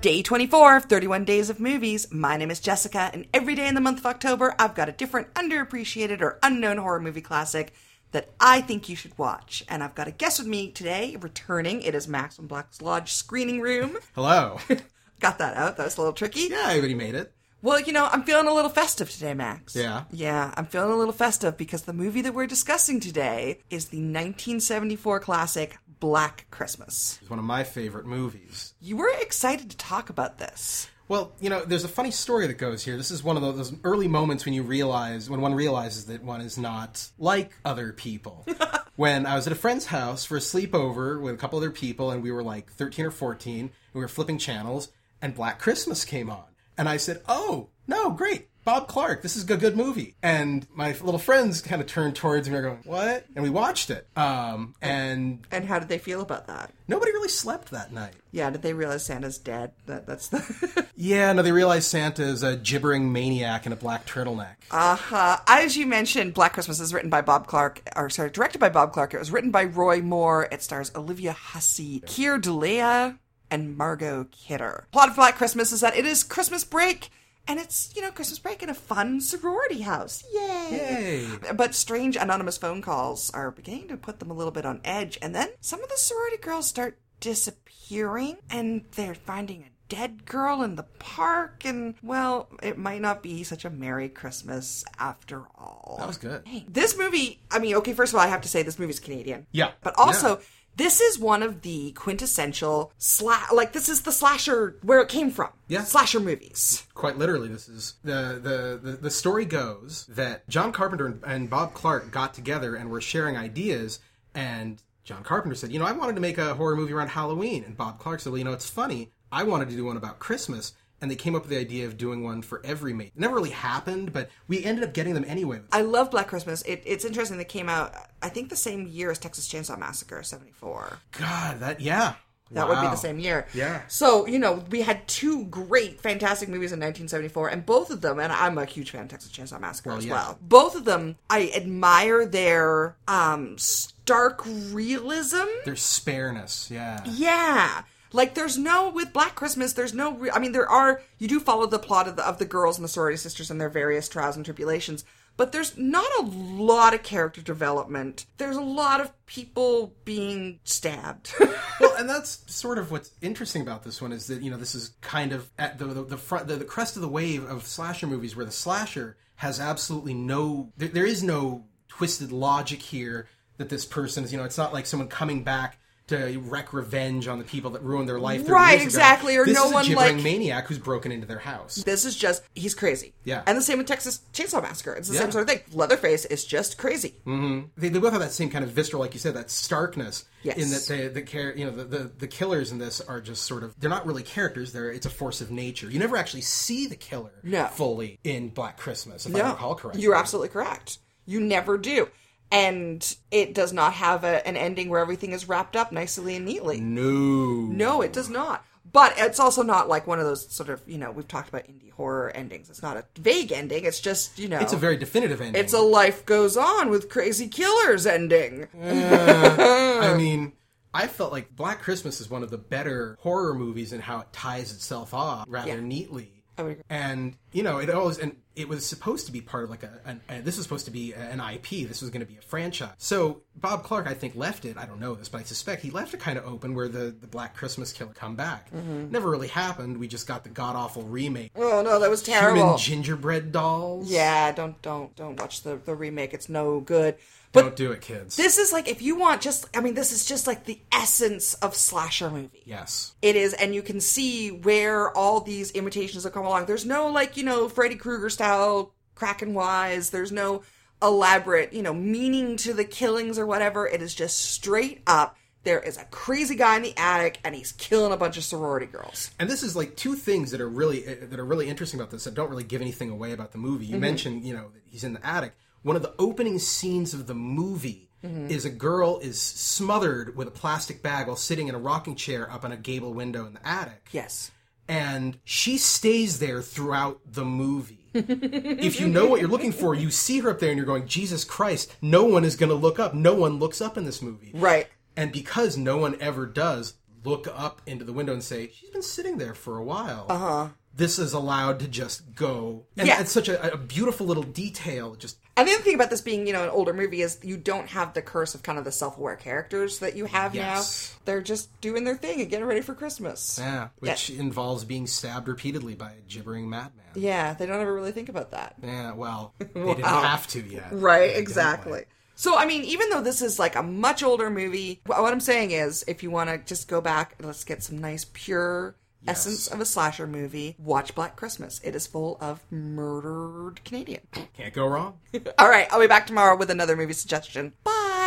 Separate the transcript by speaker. Speaker 1: 24, 31 Days of Movies. My name is Jessica, and every day in the month of October, I've got a different underappreciated or unknown horror movie classic that I think you should watch. And I've got a guest with me today, returning. It is Max from Black's Lodge Screening Room.
Speaker 2: Hello.
Speaker 1: got that out. That was a little tricky.
Speaker 2: yeah, everybody made it.
Speaker 1: Well, you know, I'm feeling a little festive today, Max.
Speaker 2: Yeah.
Speaker 1: Yeah, I'm feeling a little festive because the movie that we're discussing today is the 1974 classic Black Christmas.
Speaker 2: It's one of my favorite movies.
Speaker 1: You were excited to talk about this.
Speaker 2: Well, you know, there's a funny story that goes here. This is one of those early moments when you realize, when one realizes that one is not like other people. when I was at a friend's house for a sleepover with a couple other people, and we were like 13 or 14, and we were flipping channels, and Black Christmas came on. And I said, Oh, no, great. Bob Clark, this is a good movie. And my little friends kind of turned towards me and were going, What? And we watched it. Um, and
Speaker 1: And how did they feel about that?
Speaker 2: nobody really slept that night.
Speaker 1: Yeah, did they realize Santa's dead? That that's the
Speaker 2: Yeah, no, they realize Santa is a gibbering maniac in a black turtleneck.
Speaker 1: uh, as you mentioned, Black Christmas is written by Bob Clark, or sorry, directed by Bob Clark. It was written by Roy Moore. It stars Olivia Hussey, Keir Dullea, and Margot Kidder. Plot of Black Christmas is that it is Christmas break, and it's you know Christmas break in a fun sorority house. Yay! Yay! But strange anonymous phone calls are beginning to put them a little bit on edge, and then some of the sorority girls start disappearing, and they're finding a dead girl in the park, and well, it might not be such a Merry Christmas after all.
Speaker 2: That was good.
Speaker 1: This movie, I mean, okay, first of all, I have to say this movie's Canadian.
Speaker 2: Yeah.
Speaker 1: But also, this is one of the quintessential, sla- like, this is the slasher, where it came from.
Speaker 2: Yeah.
Speaker 1: Slasher movies.
Speaker 2: Quite literally, this is the the, the the story goes that John Carpenter and, and Bob Clark got together and were sharing ideas, and John Carpenter said, "You know, I wanted to make a horror movie around Halloween," and Bob Clark said, "Well, you know, it's funny. I wanted to do one about Christmas." And they came up with the idea of doing one for every mate. It never really happened, but we ended up getting them anyway.
Speaker 1: I love Black Christmas. It, it's interesting that it came out, I think, the same year as Texas Chainsaw Massacre, 74.
Speaker 2: God, that yeah,
Speaker 1: That would be the same year.
Speaker 2: Yeah.
Speaker 1: So, you know, we had two great, fantastic movies in 1974, and both of them, and I'm a huge fan of Texas Chainsaw Massacre as
Speaker 2: yeah.
Speaker 1: well. Both of them, I admire their um, stark realism.
Speaker 2: Their spareness, yeah.
Speaker 1: Yeah. Like there's no with Black Christmas. There's no. Re- I mean, there are. You do follow the plot of the of the girls and the sorority sisters and their various trials and tribulations, but there's not a lot of character development. There's a lot of people being stabbed.
Speaker 2: well, and that's sort of what's interesting about this one is that you know this is kind of at the the, the front the, the crest of the wave of slasher movies where the slasher has absolutely no there, there is no twisted logic here that this person is you know it's not like someone coming back to wreak revenge on the people that ruined their life 30
Speaker 1: Right,
Speaker 2: years ago.
Speaker 1: exactly, or
Speaker 2: this
Speaker 1: no
Speaker 2: is
Speaker 1: one,
Speaker 2: a gibbering
Speaker 1: like-
Speaker 2: maniac who's broken into their house
Speaker 1: This is just he's crazy.
Speaker 2: Yeah.
Speaker 1: And the same with Texas Chainsaw Massacre. It's the
Speaker 2: Yeah. Mm,
Speaker 1: same sort of thing. Leatherface is just crazy.
Speaker 2: they, they both have that same kind of visceral, like you said, that starkness.
Speaker 1: Yes.
Speaker 2: In that they, the care, you know, the, the the killers in this are just sort of they're not really characters. They're it's a force of nature. You never actually see the killer
Speaker 1: No.
Speaker 2: fully in Black Christmas, if I
Speaker 1: Yeah.
Speaker 2: recall correctly.
Speaker 1: You're absolutely correct. You never do. And it does not have a, an ending where everything is wrapped up nicely and neatly.
Speaker 2: no.
Speaker 1: No, it does not. But it's also not like one of those sort of, you know, we've talked about indie horror endings. It's not a vague ending. It's just, you know,
Speaker 2: It's a very definitive ending.
Speaker 1: it's a life goes on with crazy killers ending.
Speaker 2: Mm. I mean, I felt like Black Christmas is one of the better horror movies in how it ties itself off rather
Speaker 1: Yeah.
Speaker 2: neatly.
Speaker 1: I would agree.
Speaker 2: And you know, it always and it was supposed to be part of like a, an, uh this was supposed to be an IP. This was going to be a franchise. So Bob Clark, I think, left it. I don't know this, but I suspect he left it kind of open where the the Black Christmas killer come back.
Speaker 1: Mm-hmm.
Speaker 2: Never really happened. We just got the god awful remake.
Speaker 1: Oh no, that was terrible.
Speaker 2: Human gingerbread dolls.
Speaker 1: Yeah, don't don't don't watch the the remake. It's no good. But
Speaker 2: Don't do it, kids.
Speaker 1: this is like if you want just I mean this is just like the essence of slasher movie.
Speaker 2: yes.
Speaker 1: It is and you can see where all these imitations have come along. There's no like, you know, Freddy Krueger style Kraken wise. There's no elaborate, you know, meaning to the killings or whatever. It is just straight up there is a crazy guy in the attic and he's killing a bunch of sorority girls.
Speaker 2: and this is like two things that are really uh, that are really interesting about this that don't really give anything away about the movie. You mentioned, you know, that he's in the attic. One of the opening scenes of the movie is a girl is smothered with a plastic bag while sitting in a rocking chair up on a gable window in the attic
Speaker 1: Yes.
Speaker 2: and she stays there throughout the movie. if you know what you're looking for, you see her up there and you're going, Jesus Christ, no one is going to look up. No one looks up in this movie.
Speaker 1: Right.
Speaker 2: And because no one ever does, look up into the window and say, she's been sitting there for a while. Uh huh. This is allowed to just go. And
Speaker 1: Uh-huh. Yeah.
Speaker 2: it's such a, a beautiful little detail. Just
Speaker 1: And the other thing about this being, you know, an older movie is you don't have the curse of kind of the self-aware characters that you have
Speaker 2: Yes.
Speaker 1: now. They're just doing their thing and getting ready for Christmas.
Speaker 2: yeah, which involves being stabbed repeatedly by a gibbering madman.
Speaker 1: Yeah, they don't ever really think about that.
Speaker 2: Yeah, well, they didn't have to yet.
Speaker 1: Right, exactly. So, I mean, even though this is like a much older movie, wh- what I'm saying is if you want to just go back, let's get some nice, pure essence of a slasher movie, watch Black Christmas. It is full of murdered Canadian.
Speaker 2: Can't go wrong.
Speaker 1: All right, I'll be back tomorrow with another movie suggestion. Bye.